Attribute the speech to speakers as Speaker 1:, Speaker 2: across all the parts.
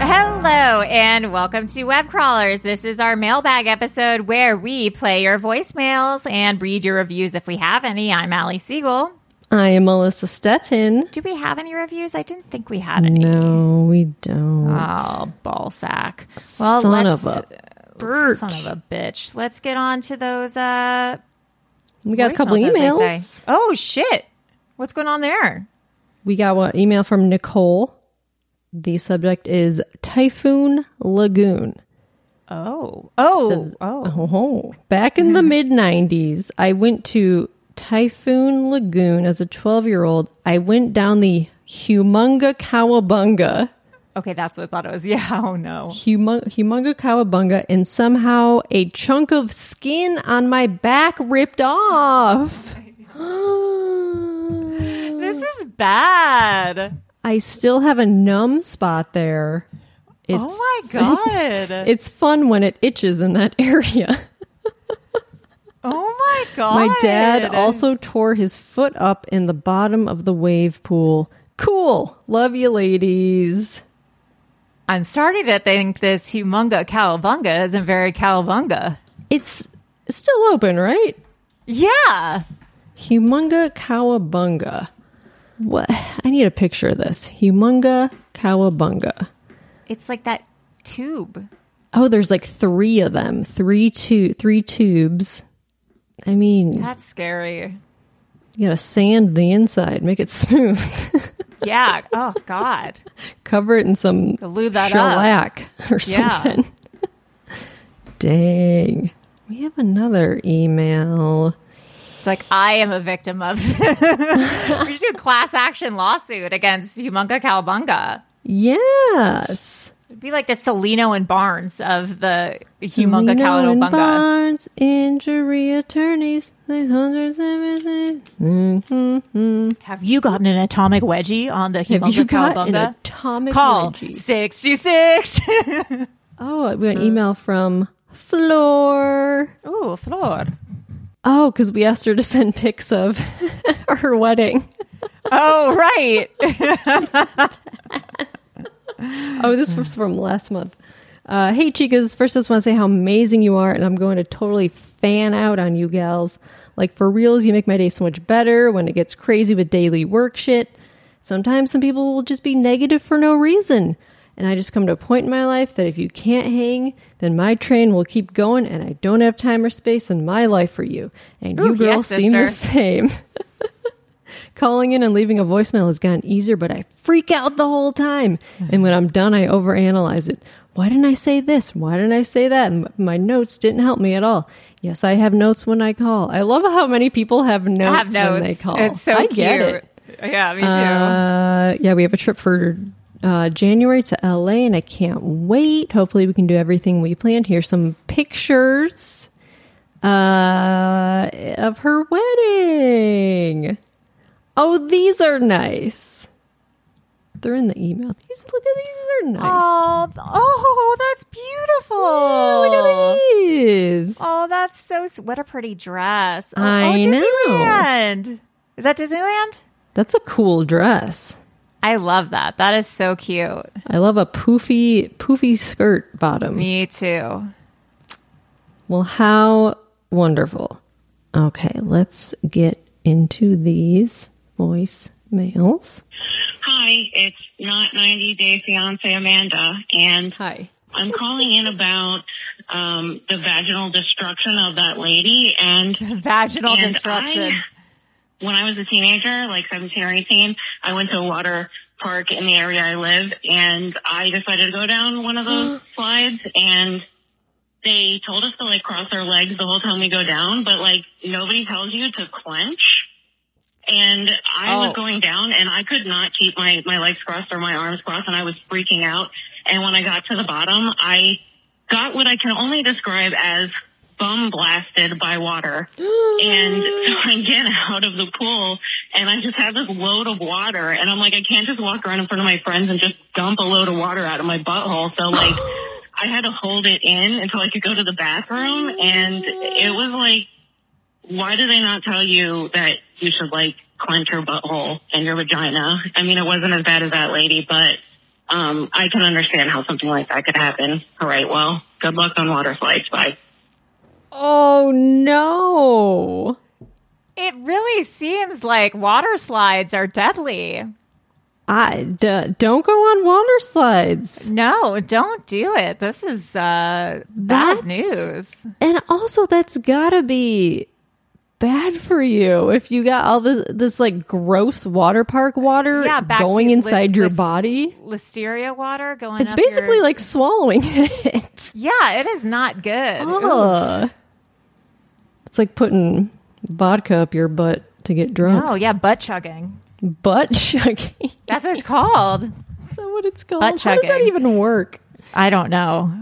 Speaker 1: Hello and welcome to Web Crawlers. This is our mailbag episode where we play your voicemails and read your reviews if we have any. I'm Allie Siegel.
Speaker 2: I am Melissa Stettin.
Speaker 1: Do we have any reviews? I didn't think we had any.
Speaker 2: No, we don't.
Speaker 1: Oh, ball sack. Well,
Speaker 2: Son
Speaker 1: let's,
Speaker 2: of a
Speaker 1: bird. Son of a bitch. Let's get on to those. Uh,
Speaker 2: we got a couple
Speaker 1: voicemails, as they
Speaker 2: emails.
Speaker 1: say. Oh shit! What's going on there?
Speaker 2: We got one email from Nicole. The subject is Typhoon Lagoon.
Speaker 1: Oh, oh, Mm-hmm.
Speaker 2: Says-
Speaker 1: oh.
Speaker 2: Oh, back in the mid 90s, I went to Typhoon Lagoon as a 12 year old. I went down the Humunga Cowabunga.
Speaker 1: Okay, that's what I thought it was. Yeah. Oh no.
Speaker 2: Humung- Humunga Cowabunga, and somehow a chunk of skin on my back ripped off.
Speaker 1: This is bad.
Speaker 2: I still have a numb spot there. It's,
Speaker 1: oh my god.
Speaker 2: It's fun when it itches in that area.
Speaker 1: Oh my god.
Speaker 2: My dad also tore his foot up in the bottom of the wave pool. Cool. Love you, ladies.
Speaker 1: I'm starting to think this humunga cowabunga isn't very cowabunga.
Speaker 2: It's still open, right?
Speaker 1: Yeah.
Speaker 2: Humunga Cowabunga. What? I need a picture of this. Humunga Cowabunga.
Speaker 1: It's like that tube.
Speaker 2: Oh, there's like three of them. Three tu- three tubes. I mean,
Speaker 1: That's scary.
Speaker 2: you gotta sand the inside, make it smooth,
Speaker 1: Yeah. Oh god.
Speaker 2: cover it in some
Speaker 1: Lube that up.
Speaker 2: shellac or
Speaker 1: Yeah.
Speaker 2: something. Dang. We have another email.
Speaker 1: It's like I am a victim of We should do a class action lawsuit against humunga cowabunga.
Speaker 2: Yes.
Speaker 1: It'd be like the Salino and Barnes of the humunga
Speaker 2: Lino and
Speaker 1: cowabunga.
Speaker 2: Barnes, injury attorneys, these hundreds everything.
Speaker 1: Mm. Have you gotten an atomic wedgie on the humunga
Speaker 2: Mm-hmm. Have you got an
Speaker 1: cowabunga?
Speaker 2: atomic
Speaker 1: Call
Speaker 2: wedgie?
Speaker 1: 66.
Speaker 2: Oh, we got an email from Floor.
Speaker 1: Ooh, floor.
Speaker 2: Oh, because we asked her to send pics of her wedding.
Speaker 1: Oh, right.
Speaker 2: Oh, this was from last month. Uh, hey, chicas. First, I just want to say how amazing you are, and I'm going to totally fan out on you gals. Like, for reals, you make my day so much better when it gets crazy with daily work shit. Sometimes some people will just be negative for no reason. And I just come to a point in my life that if you can't hang, then my train will keep going, and I don't have time or space in my life for you. And you
Speaker 1: Ooh,
Speaker 2: girls
Speaker 1: yes,
Speaker 2: seem the
Speaker 1: sister.
Speaker 2: same. Calling in and leaving a voicemail has gotten easier, but I freak out the whole time. And when I'm done, I overanalyze it. Why didn't I say this? Why didn't I say that? And my notes didn't help me at all. Yes, I have notes when I call. I love how many people have notes,
Speaker 1: I have
Speaker 2: when
Speaker 1: notes.
Speaker 2: they call.
Speaker 1: It's so
Speaker 2: I
Speaker 1: cute.
Speaker 2: get it.
Speaker 1: Yeah, me too.
Speaker 2: Uh, yeah, we have a trip for uh, January to LA, and I can't wait. Hopefully, we can do everything we planned. Here's some pictures uh, of her wedding. Oh, these are nice. They're in the email. These look at these are nice.
Speaker 1: oh, oh, that's beautiful.
Speaker 2: Look at these.
Speaker 1: Oh, that's so. s- What a pretty dress. Oh,
Speaker 2: I
Speaker 1: oh,
Speaker 2: know.
Speaker 1: Disneyland. Is that Disneyland?
Speaker 2: That's a cool dress.
Speaker 1: I love that. That is so cute.
Speaker 2: I love a poofy poofy skirt bottom.
Speaker 1: Me too.
Speaker 2: Well, how wonderful. Okay, let's get into these voicemails.
Speaker 3: Hi, it's not 90 Day Fiance Amanda, and
Speaker 2: Hi.
Speaker 3: I'm calling in about um, the vaginal destruction of that lady. And,
Speaker 1: Vaginal
Speaker 3: and
Speaker 1: destruction.
Speaker 3: I- when I was a teenager, like 17 or 18, I went to a water park in the area I live, and I decided to go down one of those slides, and they told us to like cross our legs the whole time we go down, but like nobody tells you to clench. And I
Speaker 1: Oh.
Speaker 3: was going down and I could not keep my, my legs crossed or my arms crossed and I was freaking out. And when I got to the bottom, I got what I can only describe as bum blasted by water. and so I get out of the pool and I just have this load of water and I'm like, I can't just walk around in front of my friends and just dump a load of water out of my butthole. So like, I had to hold it in until I could go to the bathroom and it was like, why do they not tell you that you should like clench your butthole and your vagina? I mean, it wasn't as bad as that lady, but um, I can understand how something like that could happen. All right, well, good luck on water slides. Bye.
Speaker 2: Oh no.
Speaker 1: it really seems like water slides are deadly.
Speaker 2: I d- don't go on water slides.
Speaker 1: No, don't do it. This is uh,
Speaker 2: That's-
Speaker 1: bad news.
Speaker 2: And also that's got to be bad for you if you got all this this like gross water park water
Speaker 1: Yeah, back to
Speaker 2: going
Speaker 1: li-
Speaker 2: inside your
Speaker 1: lis-
Speaker 2: body.
Speaker 1: Listeria water going.
Speaker 2: It's
Speaker 1: up your-
Speaker 2: basically like swallowing it.
Speaker 1: yeah, it is not good.
Speaker 2: Ugh. It's like putting vodka up your butt to get drunk.
Speaker 1: Oh yeah, butt chugging.
Speaker 2: Butt chugging.
Speaker 1: That's what it's called.
Speaker 2: Is that what it's called?
Speaker 1: Butt
Speaker 2: How does that
Speaker 1: chugging.
Speaker 2: even work?
Speaker 1: I don't know.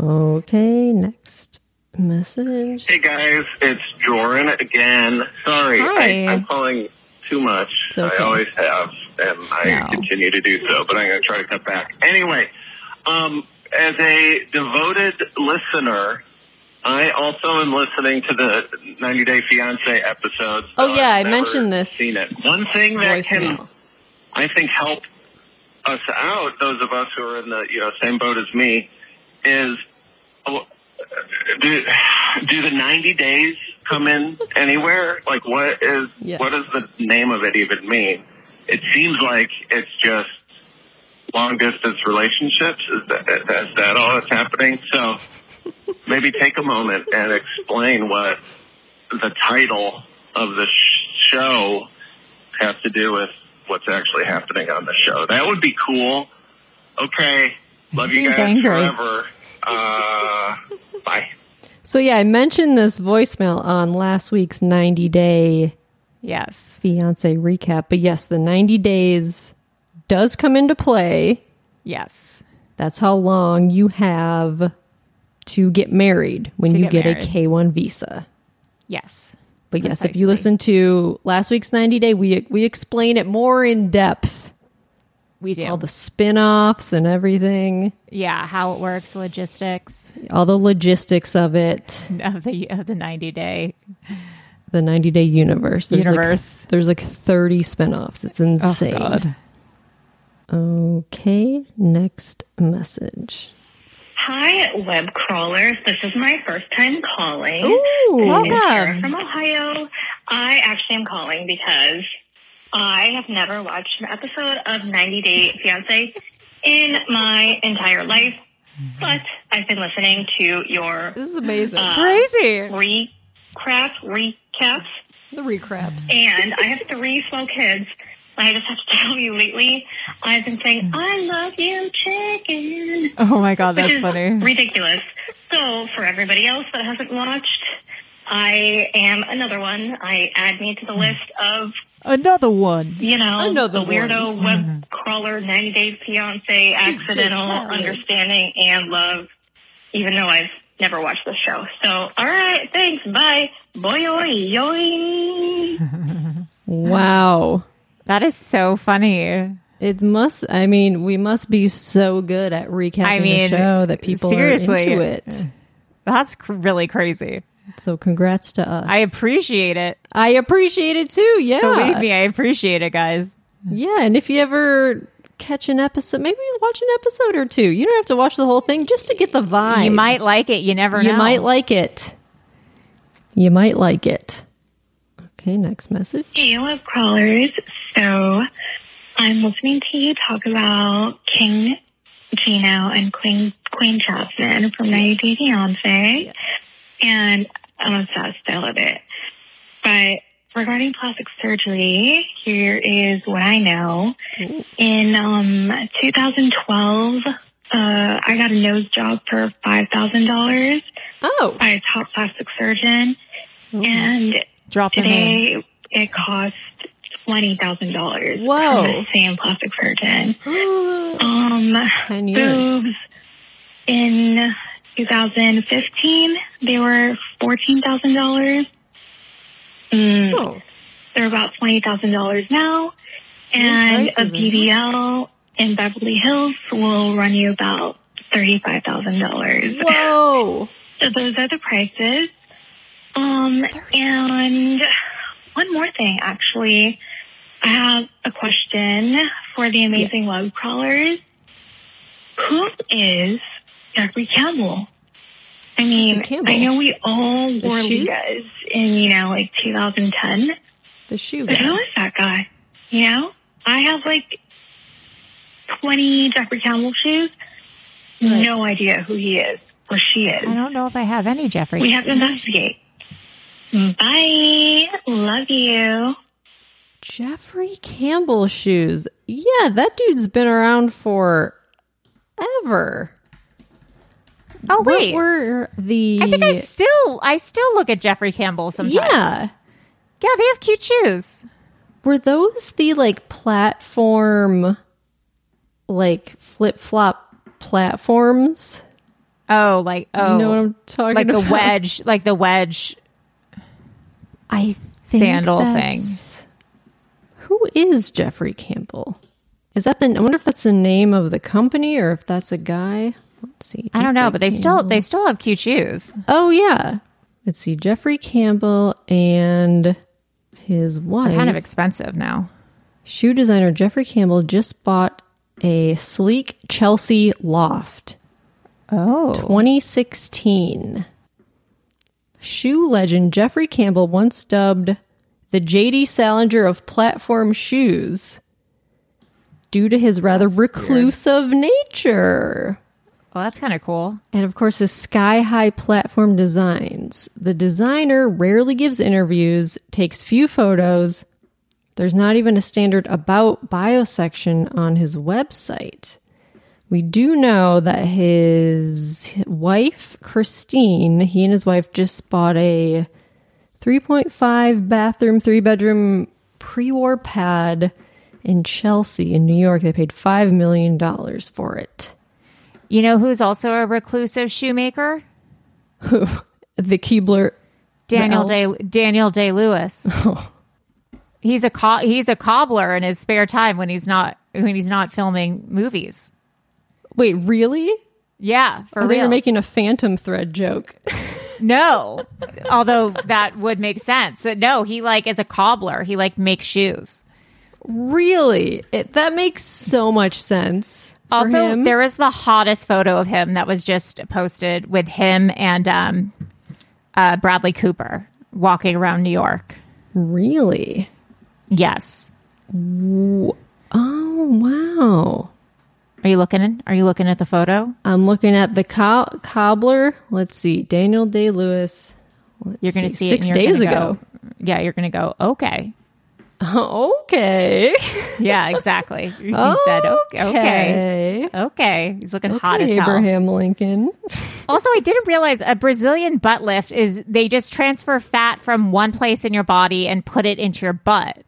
Speaker 2: Okay, next message.
Speaker 4: Hey guys, it's Joran again. Sorry,
Speaker 1: Hi.
Speaker 4: I, I'm calling too much.
Speaker 2: okay.
Speaker 4: I always have, and I
Speaker 2: No.
Speaker 4: continue to do so, but I'm going to try to cut back. Anyway, um, as a devoted listener, I also am listening to the 90 Day Fiance episode.
Speaker 2: Oh,
Speaker 4: so
Speaker 2: yeah,
Speaker 4: I've never
Speaker 2: I mentioned this
Speaker 4: Seen it. One thing that can
Speaker 2: Voicemail.
Speaker 4: I think help us out, those of us who are in the you know same boat as me, is oh, do, do the ninety days come in anywhere? Like what is
Speaker 2: Yeah.
Speaker 4: what does the name of it even mean? It seems like it's just long distance relationships. Is that, is that all that's happening? So maybe take a moment and explain what the title of the sh- show has to do with what's actually happening on the show. That would be cool. Okay. Love you
Speaker 1: Seems
Speaker 4: guys
Speaker 1: angry.
Speaker 4: forever. Uh, bye.
Speaker 2: So yeah, I mentioned this voicemail on last week's 90 day
Speaker 1: Yes.
Speaker 2: fiance recap. But yes, the 90 days does come into play.
Speaker 1: Yes.
Speaker 2: That's how long you have to get married when
Speaker 1: To
Speaker 2: you
Speaker 1: get
Speaker 2: get
Speaker 1: married.
Speaker 2: a K1 visa.
Speaker 1: Yes.
Speaker 2: But yes, if you
Speaker 1: Precisely.
Speaker 2: listen to last week's 90 Day, we we explain it more in depth,
Speaker 1: We do.
Speaker 2: all the spin-offs and everything,
Speaker 1: yeah, how it works, logistics
Speaker 2: all the logistics of it,
Speaker 1: of the of the 90 day.
Speaker 2: the 90 Day universe. like-
Speaker 1: Universe. Oh,
Speaker 2: there's like 30 spin-offs. It's insane. Okay, next message.
Speaker 3: Hi, web crawlers. This is my first time calling.
Speaker 2: Ooh.
Speaker 3: I'm Sarah from Ohio. I actually am calling because I have never watched an episode of 90 Day Fiance in my entire life, but I've been listening to your
Speaker 2: This is amazing.
Speaker 1: Crazy.
Speaker 3: recap recaps,
Speaker 2: the recraps.
Speaker 3: and I have three small kids. And I just have to tell you, lately I've been saying "I love you, chicken."
Speaker 1: Mm. Oh my god, that's
Speaker 3: Which is
Speaker 1: funny.
Speaker 3: Ridiculous. So for everybody else that
Speaker 1: Mm.
Speaker 3: hasn't watched, I am another one. I add me to the list of
Speaker 5: Another one.
Speaker 3: you know,
Speaker 2: Another
Speaker 3: the weirdo
Speaker 2: Mm-hmm.
Speaker 1: Mm-hmm.
Speaker 3: web crawler, 90 Day Fiance, accidental understanding and love, even though I've never watched the show. So, all right, thanks, bye. Boy, oi, yoing.
Speaker 2: Wow.
Speaker 1: That is so funny.
Speaker 2: It must. I mean, we must be so good at recapping
Speaker 1: I mean,
Speaker 2: the show that people
Speaker 1: seriously.
Speaker 2: are into it.
Speaker 1: That's cr- really crazy.
Speaker 2: So, congrats to us.
Speaker 1: I appreciate it.
Speaker 2: I appreciate it too. Yeah,
Speaker 1: Believe me, I appreciate it, guys.
Speaker 2: Yeah, and if you ever catch an episode, maybe watch an episode or two. You don't have to watch the whole thing just to get the vibe.
Speaker 1: You might like it. You never
Speaker 2: you
Speaker 1: know.
Speaker 2: might like it. You might like it. Okay, next message.
Speaker 3: Hey, web crawlers. So, I'm listening to you talk about King Gino and Queen Queen Jasmine from 90 Day Fiance. and I'm obsessed. I love it. But regarding plastic surgery, here is what I know. In um, 2012, uh, I got a nose job for five thousand dollars
Speaker 2: Oh, Mm-hmm.
Speaker 3: by a top plastic surgeon, and
Speaker 5: Drop the name.
Speaker 3: today it cost twenty thousand dollars
Speaker 2: Whoa.
Speaker 3: from the same plastic surgeon. um,
Speaker 2: ten years.
Speaker 3: boobs in 2015 they were $14,000 Mm,
Speaker 2: Oh,
Speaker 3: they're about $20,000 now
Speaker 2: same
Speaker 3: and a
Speaker 2: prices,
Speaker 3: BBL in Beverly Hills will run you about $35,000
Speaker 2: huh? Whoa.
Speaker 3: so those are the prices. Um, and one more thing, actually, I have a question for the amazing web crawlers. Who is Jeffrey Campbell? I mean,
Speaker 2: Jeffrey Campbell?
Speaker 3: I know we all were
Speaker 2: she?
Speaker 3: Ligas in you know like 2010,
Speaker 2: The shoe
Speaker 3: but who
Speaker 2: guy.
Speaker 3: is that guy? You know, I have like 20 Jeffrey Campbell shoes.
Speaker 2: Right.
Speaker 3: No idea who he is or she is.
Speaker 5: I don't know if I have any Jeffrey.
Speaker 3: We have to investigate. Bye. Love you.
Speaker 2: Jeffrey Campbell shoes. Yeah, that dude's been around for ever.
Speaker 1: Oh wait,
Speaker 2: What were the?
Speaker 1: I think I still I still look at Jeffrey Campbell sometimes.
Speaker 2: yeah.
Speaker 1: yeah, they have cute shoes.
Speaker 2: Were those the like platform, like flip flop platforms?
Speaker 1: Oh, like oh,
Speaker 2: You know what I'm talking
Speaker 1: like
Speaker 2: about?
Speaker 1: the wedge, like the wedge.
Speaker 2: I think
Speaker 1: sandal
Speaker 2: that's- Who is Jeffrey Campbell? Is that the? I wonder if that's the name of the company or if that's a guy. Let's see.
Speaker 1: I don't know,
Speaker 2: Jeffrey
Speaker 1: but they still they still have cute shoes.
Speaker 2: Cam- Oh yeah. Let's see. Jeffrey Campbell and his wife.
Speaker 1: Kind of expensive now.
Speaker 2: Shoe designer Jeffrey Campbell just bought a sleek Chelsea loft.
Speaker 1: Oh,
Speaker 2: 2016. Shoe legend Jeffrey Campbell once dubbed the JD Salinger of platform shoes due to his rather reclusive nature.
Speaker 1: well, that's kind of cool.
Speaker 2: And of course, his sky high platform designs. The designer rarely gives interviews, takes few photos. There's not even a standard about bio section on his website. We do know that his wife, Christine, he and his wife just bought a 3.5 bathroom, three bedroom pre war pad in Chelsea, in New York. They paid $5 million for it.
Speaker 1: You know who's also a reclusive shoemaker?
Speaker 2: The Keebler
Speaker 1: Daniel Day
Speaker 2: elves?
Speaker 1: Daniel Day Lewis.
Speaker 2: Oh.
Speaker 1: He's a co- he's a cobbler in his spare time when he's not when he's not filming movies.
Speaker 2: Wait, really?
Speaker 1: Yeah, for
Speaker 2: I thought you
Speaker 1: real.
Speaker 2: were making a phantom thread joke.
Speaker 1: no, although that would make sense. But no, he like is a cobbler. He like makes shoes.
Speaker 2: really? It, that makes so much sense. for
Speaker 1: Also,
Speaker 2: him.
Speaker 1: there is the hottest photo of him that was just posted with him and um, uh, Bradley Cooper walking around New York.
Speaker 2: really.
Speaker 1: Yes,
Speaker 2: Oh wow!
Speaker 1: are you looking? In? Are you looking at the photo?
Speaker 2: I'm looking at the co- cobbler. Let's see, Daniel Day Lewis.
Speaker 1: You're going to see,
Speaker 2: see,
Speaker 1: it and
Speaker 2: six
Speaker 1: you're
Speaker 2: days
Speaker 1: gonna
Speaker 2: ago.
Speaker 1: go- yeah, you're going to go. Okay.
Speaker 2: Okay.
Speaker 1: Yeah, exactly. He said, okay, okay, okay. He's looking hot as hell.
Speaker 2: Abraham Lincoln.
Speaker 1: Also, I didn't realize a Brazilian butt lift is they just transfer fat from one place in your body and put it into your butt.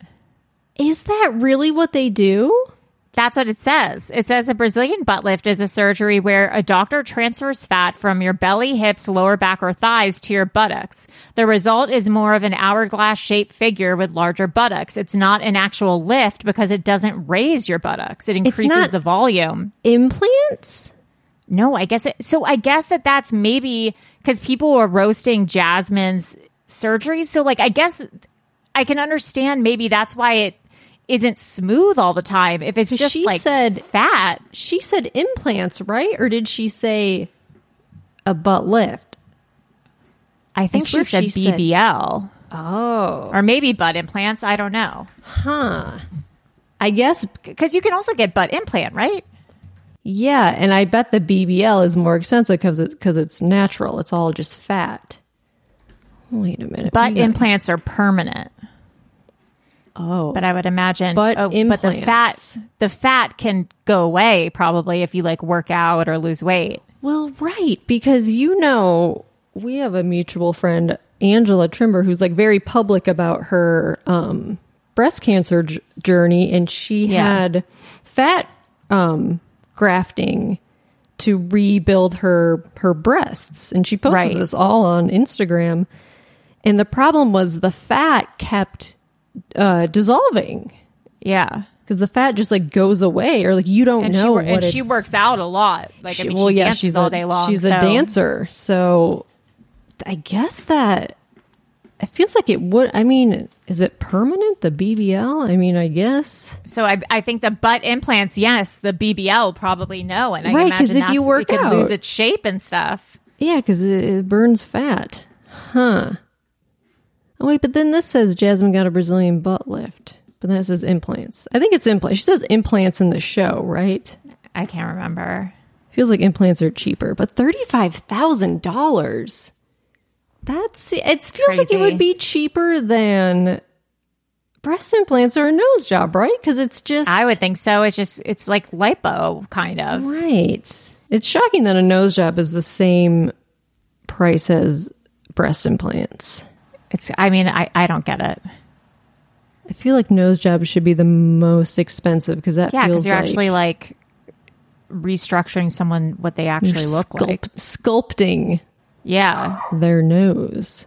Speaker 2: Is that really what they do?
Speaker 1: That's what it says. It says a Brazilian butt lift is a surgery where a doctor transfers fat from your belly, hips, lower back, or thighs to your buttocks. The result is more of an hourglass shaped figure with larger buttocks. It's not an actual lift because it doesn't raise your buttocks, it increases
Speaker 2: not-
Speaker 1: the volume.
Speaker 2: Implants?
Speaker 1: No, I guess it. So I guess that that's maybe because people were roasting Jasmine's surgery. So like, I guess I can understand maybe that's why it isn't smooth all the time. If it's
Speaker 2: 'Cause
Speaker 1: just
Speaker 2: she
Speaker 1: like
Speaker 2: said-
Speaker 1: fat,
Speaker 2: She said implants, right? Or did she say a butt lift?
Speaker 1: I think
Speaker 2: swear
Speaker 1: she said
Speaker 2: she said-
Speaker 1: BBL
Speaker 2: Oh.
Speaker 1: or maybe butt implants. I don't know
Speaker 2: Huh. I guess,
Speaker 1: because you can also get butt implant, right?
Speaker 2: yeah. And I bet the BBL is more expensive because it's, 'cause it's natural. It's all just fat. Wait a minute.
Speaker 1: Butt
Speaker 2: we got-
Speaker 1: implants are permanent,
Speaker 2: Oh.
Speaker 1: but I would imagine. oh,
Speaker 2: Butt
Speaker 1: but the
Speaker 2: implants.
Speaker 1: fat, the fat can go away probably if you like work out or lose weight.
Speaker 2: Well, right, because you know we have a mutual friend, Angela Trimber, who's like very public about her um, breast cancer j- journey, and she
Speaker 1: Yeah.
Speaker 2: had fat um, grafting to rebuild her her breasts, and she posted
Speaker 1: Right.
Speaker 2: this all on Instagram. And the problem was the fat kept uh, dissolving
Speaker 1: Yeah.
Speaker 2: because the fat just like goes away, or like you don't
Speaker 1: and
Speaker 2: Oh, know
Speaker 1: she wor-
Speaker 2: what
Speaker 1: and she
Speaker 2: it's-
Speaker 1: works out a lot. Like I mean, she dances
Speaker 2: she's
Speaker 1: all
Speaker 2: a,
Speaker 1: day long.
Speaker 2: She's
Speaker 1: so-
Speaker 2: a dancer, so I guess that it feels like it would. I mean, is it permanent? The BBL? I mean, I guess
Speaker 1: So I, I think the butt implants, yes. The BBL, probably no. And I
Speaker 2: Right, 'cause
Speaker 1: imagine
Speaker 2: if
Speaker 1: that's
Speaker 2: you
Speaker 1: it
Speaker 2: work
Speaker 1: could lose
Speaker 2: out-
Speaker 1: its shape and stuff.
Speaker 2: yeah, because it, it burns fat, huh? Oh wait, but then this says Jasmine got a Brazilian butt lift, but then it says implants. I think it's implants. She says implants in the show, right?
Speaker 1: I can't remember.
Speaker 2: Feels like implants are cheaper, but thirty-five thousand dollars. That's it. Feels like
Speaker 1: Crazy.
Speaker 2: it would be cheaper than breast implants or a nose job, right? Because it's just
Speaker 1: I would think so. It's just it's like lipo kind of.
Speaker 2: right. It's shocking that a nose job is the same price as breast implants.
Speaker 1: It's. I mean, I I don't get it.
Speaker 2: I feel like nose jobs should be the most expensive because that
Speaker 1: Yeah,
Speaker 2: feels
Speaker 1: because you're
Speaker 2: like
Speaker 1: actually like restructuring someone what they
Speaker 2: you're
Speaker 1: actually look
Speaker 2: sculpt-
Speaker 1: like.
Speaker 2: sculpting
Speaker 1: Yeah.
Speaker 2: their nose.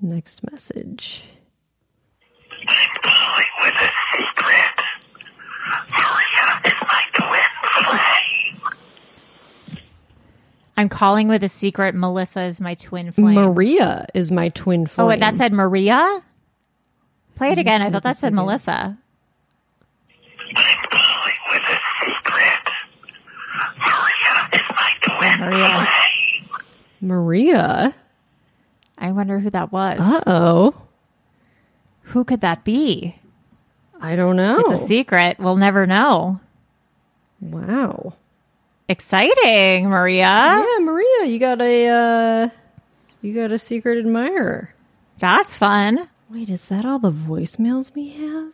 Speaker 2: Next message.
Speaker 4: I'm calling with a secret. Maria is my twin flame.
Speaker 1: I'm calling with a secret. Melissa is my twin flame.
Speaker 2: Maria is my twin
Speaker 1: oh,
Speaker 2: flame.
Speaker 1: wait, that said Maria. Play it again. I thought that said Melissa.
Speaker 4: I'm calling with a secret. Maria is my twin
Speaker 1: Maria.
Speaker 4: flame.
Speaker 2: Maria.
Speaker 1: I wonder who that was.
Speaker 2: Uh oh.
Speaker 1: Who could that be?
Speaker 2: I don't know.
Speaker 1: It's a secret. We'll never know.
Speaker 2: Wow.
Speaker 1: Exciting, Maria.
Speaker 2: yeah, Maria, you got a uh, you got a secret admirer.
Speaker 1: That's fun.
Speaker 2: Wait, is that all the voicemails we have?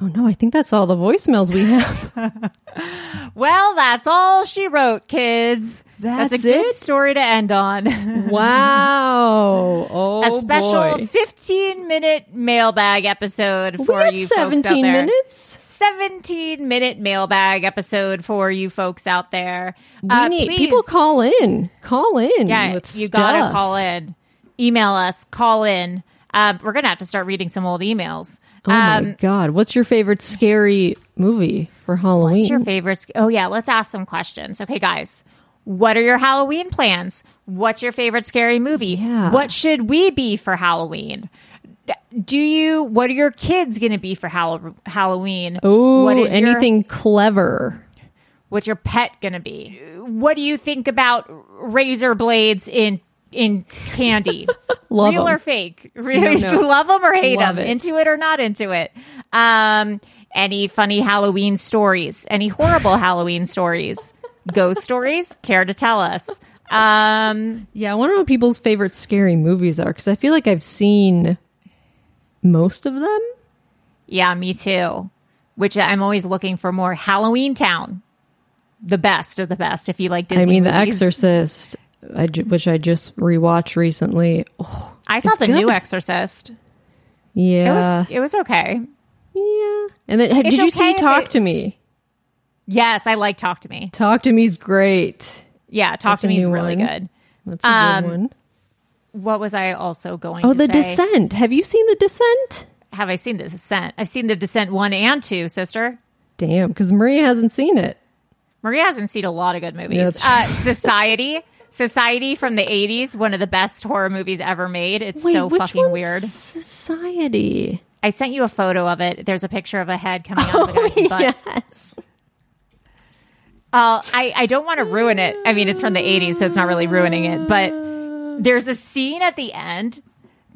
Speaker 2: Oh no, I think that's all the voicemails we have.
Speaker 1: Well, that's all she wrote, kids. That's,
Speaker 2: That's
Speaker 1: a good
Speaker 2: it?
Speaker 1: story to end on.
Speaker 2: wow. Oh,
Speaker 1: a special
Speaker 2: boy.
Speaker 1: 15 minute mailbag episode
Speaker 2: We
Speaker 1: for
Speaker 2: had
Speaker 1: you folks out
Speaker 2: 17
Speaker 1: there.
Speaker 2: minutes?
Speaker 1: 17 minute mailbag episode for you folks out there.
Speaker 2: We
Speaker 1: Uh,
Speaker 2: need
Speaker 1: please-
Speaker 2: people call in. Call in.
Speaker 1: Yeah,
Speaker 2: with
Speaker 1: you
Speaker 2: stuff.
Speaker 1: gotta call in, email us, call in. Um, we're gonna have to start reading some old emails.
Speaker 2: Oh
Speaker 1: Um,
Speaker 2: my god, what's your favorite scary movie for Halloween?
Speaker 1: What's your favorite? sc- Oh yeah, let's ask some questions. Okay, guys, what are your Halloween plans? What's your favorite scary movie?
Speaker 2: Yeah.
Speaker 1: What should we be for Halloween? D- Do you? What are your kids going to be for Hall- Halloween?
Speaker 2: Oh,
Speaker 1: what is your-
Speaker 2: anything clever.
Speaker 1: what's your pet going to be? What do you think about razor blades in in candy?
Speaker 2: Love
Speaker 1: real
Speaker 2: 'em.
Speaker 1: or fake? Really
Speaker 2: No, no.
Speaker 1: love them or hate
Speaker 2: Love
Speaker 1: them?
Speaker 2: it.
Speaker 1: Into it or not into it? Um, any funny Halloween stories? Any horrible Halloween stories? Ghost stories? Care to tell us? Um,
Speaker 2: Yeah, I want to know what people's favorite scary movies are because I feel like I've seen most of them.
Speaker 1: yeah, me too. Which I'm always looking for more Halloween Town. The best of the best. If you like Disney,
Speaker 2: I mean, The
Speaker 1: movies.
Speaker 2: Exorcist, I ju- which I just rewatched recently. Oh,
Speaker 1: I saw
Speaker 2: it's
Speaker 1: the
Speaker 2: good.
Speaker 1: new Exorcist.
Speaker 2: yeah.
Speaker 1: It was it was okay.
Speaker 2: and then,
Speaker 1: It's
Speaker 2: did you
Speaker 1: okay
Speaker 2: see
Speaker 1: if
Speaker 2: Talk
Speaker 1: it-
Speaker 2: to Me?
Speaker 1: Yes, I like Talk to Me.
Speaker 2: Talk to Me's great.
Speaker 1: Yeah, Talk
Speaker 2: That's
Speaker 1: to
Speaker 2: a
Speaker 1: Me is
Speaker 2: new
Speaker 1: really
Speaker 2: one.
Speaker 1: good.
Speaker 2: That's a good
Speaker 1: Um,
Speaker 2: one.
Speaker 1: What was I also going
Speaker 2: Oh,
Speaker 1: to
Speaker 2: The
Speaker 1: say?
Speaker 2: Descent. Have you seen The Descent?
Speaker 1: Have I seen The Descent? I've seen The Descent 1 and 2, sister.
Speaker 2: Damn, because Maria hasn't seen it.
Speaker 1: Maria hasn't seen a lot of good movies.
Speaker 2: That's
Speaker 1: uh, Society. Society from the 80s, one of the best horror movies ever made. It's
Speaker 2: Wait,
Speaker 1: so
Speaker 2: which
Speaker 1: fucking
Speaker 2: one's
Speaker 1: weird.
Speaker 2: Society.
Speaker 1: I sent you a photo of it. There's a picture of a head coming out of the guy's butt.
Speaker 2: Oh, Yes.
Speaker 1: Uh, I, I don't want to ruin it. I mean, it's from the 80s, so it's not really ruining it. But there's a scene at the end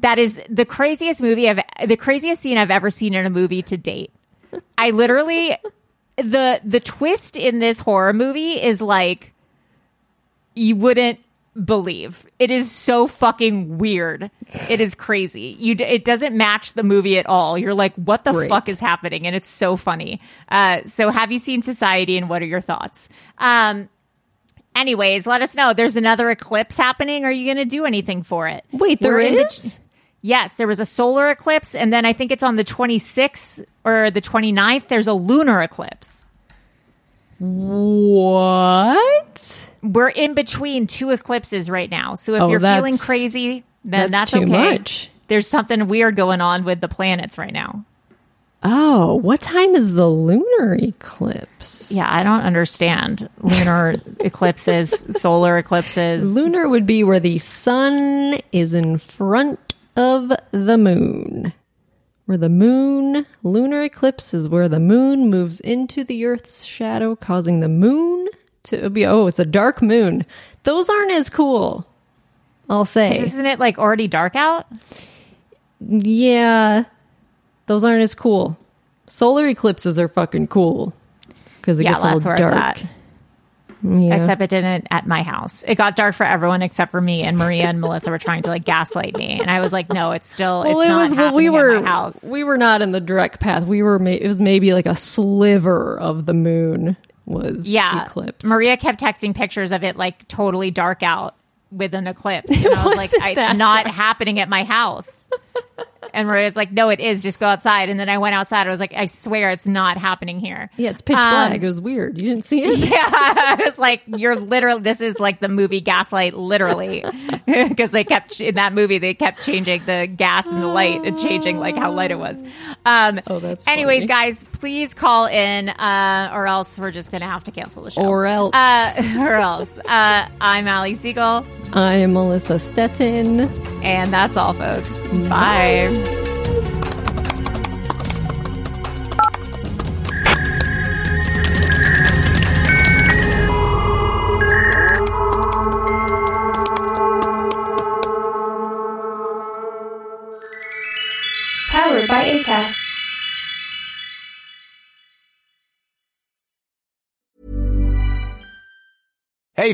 Speaker 1: that is the craziest movie I've the craziest scene I've ever seen in a movie to date. I literally the the twist in this horror movie is like you wouldn't believe. It is so fucking weird. It is crazy. You d- it doesn't match the movie at all. You're like, what the
Speaker 2: Great.
Speaker 1: fuck is happening? And it's so funny. Uh, so have you seen Society? And what are your thoughts? Um, anyways, let us know. There's another eclipse happening. Are you going to do anything for it?
Speaker 2: Wait, there
Speaker 1: We're in the
Speaker 2: is?
Speaker 1: ch- Yes, there was a solar eclipse, and then I think it's on the 26th or the 29th. There's a lunar eclipse.
Speaker 2: What?
Speaker 1: we're in between two eclipses right now. So if
Speaker 2: Oh,
Speaker 1: you're feeling
Speaker 2: that's-
Speaker 1: crazy, then that's,
Speaker 2: that's too
Speaker 1: okay.
Speaker 2: much.
Speaker 1: There's something weird going on with the planets right now.
Speaker 2: Oh, what time is the lunar eclipse?
Speaker 1: Yeah, I don't understand lunar eclipses, solar eclipses.
Speaker 2: Lunar would be where the sun is in front of the moon. Where the moon, lunar eclipse is where the moon moves into the Earth's shadow, causing the moon to be, oh, it's a dark moon. Those aren't as cool, I'll say.
Speaker 1: Isn't it like already dark out?
Speaker 2: Yeah, those aren't as cool. Solar eclipses are fucking cool because it
Speaker 1: yeah,
Speaker 2: gets
Speaker 1: that's
Speaker 2: all
Speaker 1: where
Speaker 2: dark.
Speaker 1: it's at.
Speaker 2: Yeah.
Speaker 1: Except it didn't at my house. It got dark for everyone except for me and Maria and Melissa were trying to like gaslight me, and I was like, "No, it's still
Speaker 2: well,
Speaker 1: it's
Speaker 2: it
Speaker 1: not
Speaker 2: was well, we
Speaker 1: happening
Speaker 2: were
Speaker 1: at my house."
Speaker 2: we were not in the direct path. We were ma- it was maybe like a sliver of the moon was
Speaker 1: yeah
Speaker 2: eclipse.
Speaker 1: maria kept texting pictures of it like totally dark out with an eclipse and i was like
Speaker 2: wasn't
Speaker 1: it's
Speaker 2: that
Speaker 1: not happening at my house and maria's like no it is just go outside and then i went outside i was like i swear it's not happening here
Speaker 2: yeah, it's pitch
Speaker 1: Um,
Speaker 2: black. It was weird. You didn't see it.
Speaker 1: yeah, I was like, you're literally, this is like the movie Gaslight, literally. Because they kept, in that movie, they kept changing the gas and the light and changing like how light it was. Um,
Speaker 2: Oh, that's
Speaker 1: Anyways,
Speaker 2: funny.
Speaker 1: guys, please call in uh, or else we're just going to have to cancel the show.
Speaker 2: Or else.
Speaker 1: Uh, or else. Uh, I'm Allie Siegel,
Speaker 2: I am Melissa Stettin.
Speaker 1: and that's all, folks. Bye.
Speaker 5: Powered by ACAST.
Speaker 6: Hey,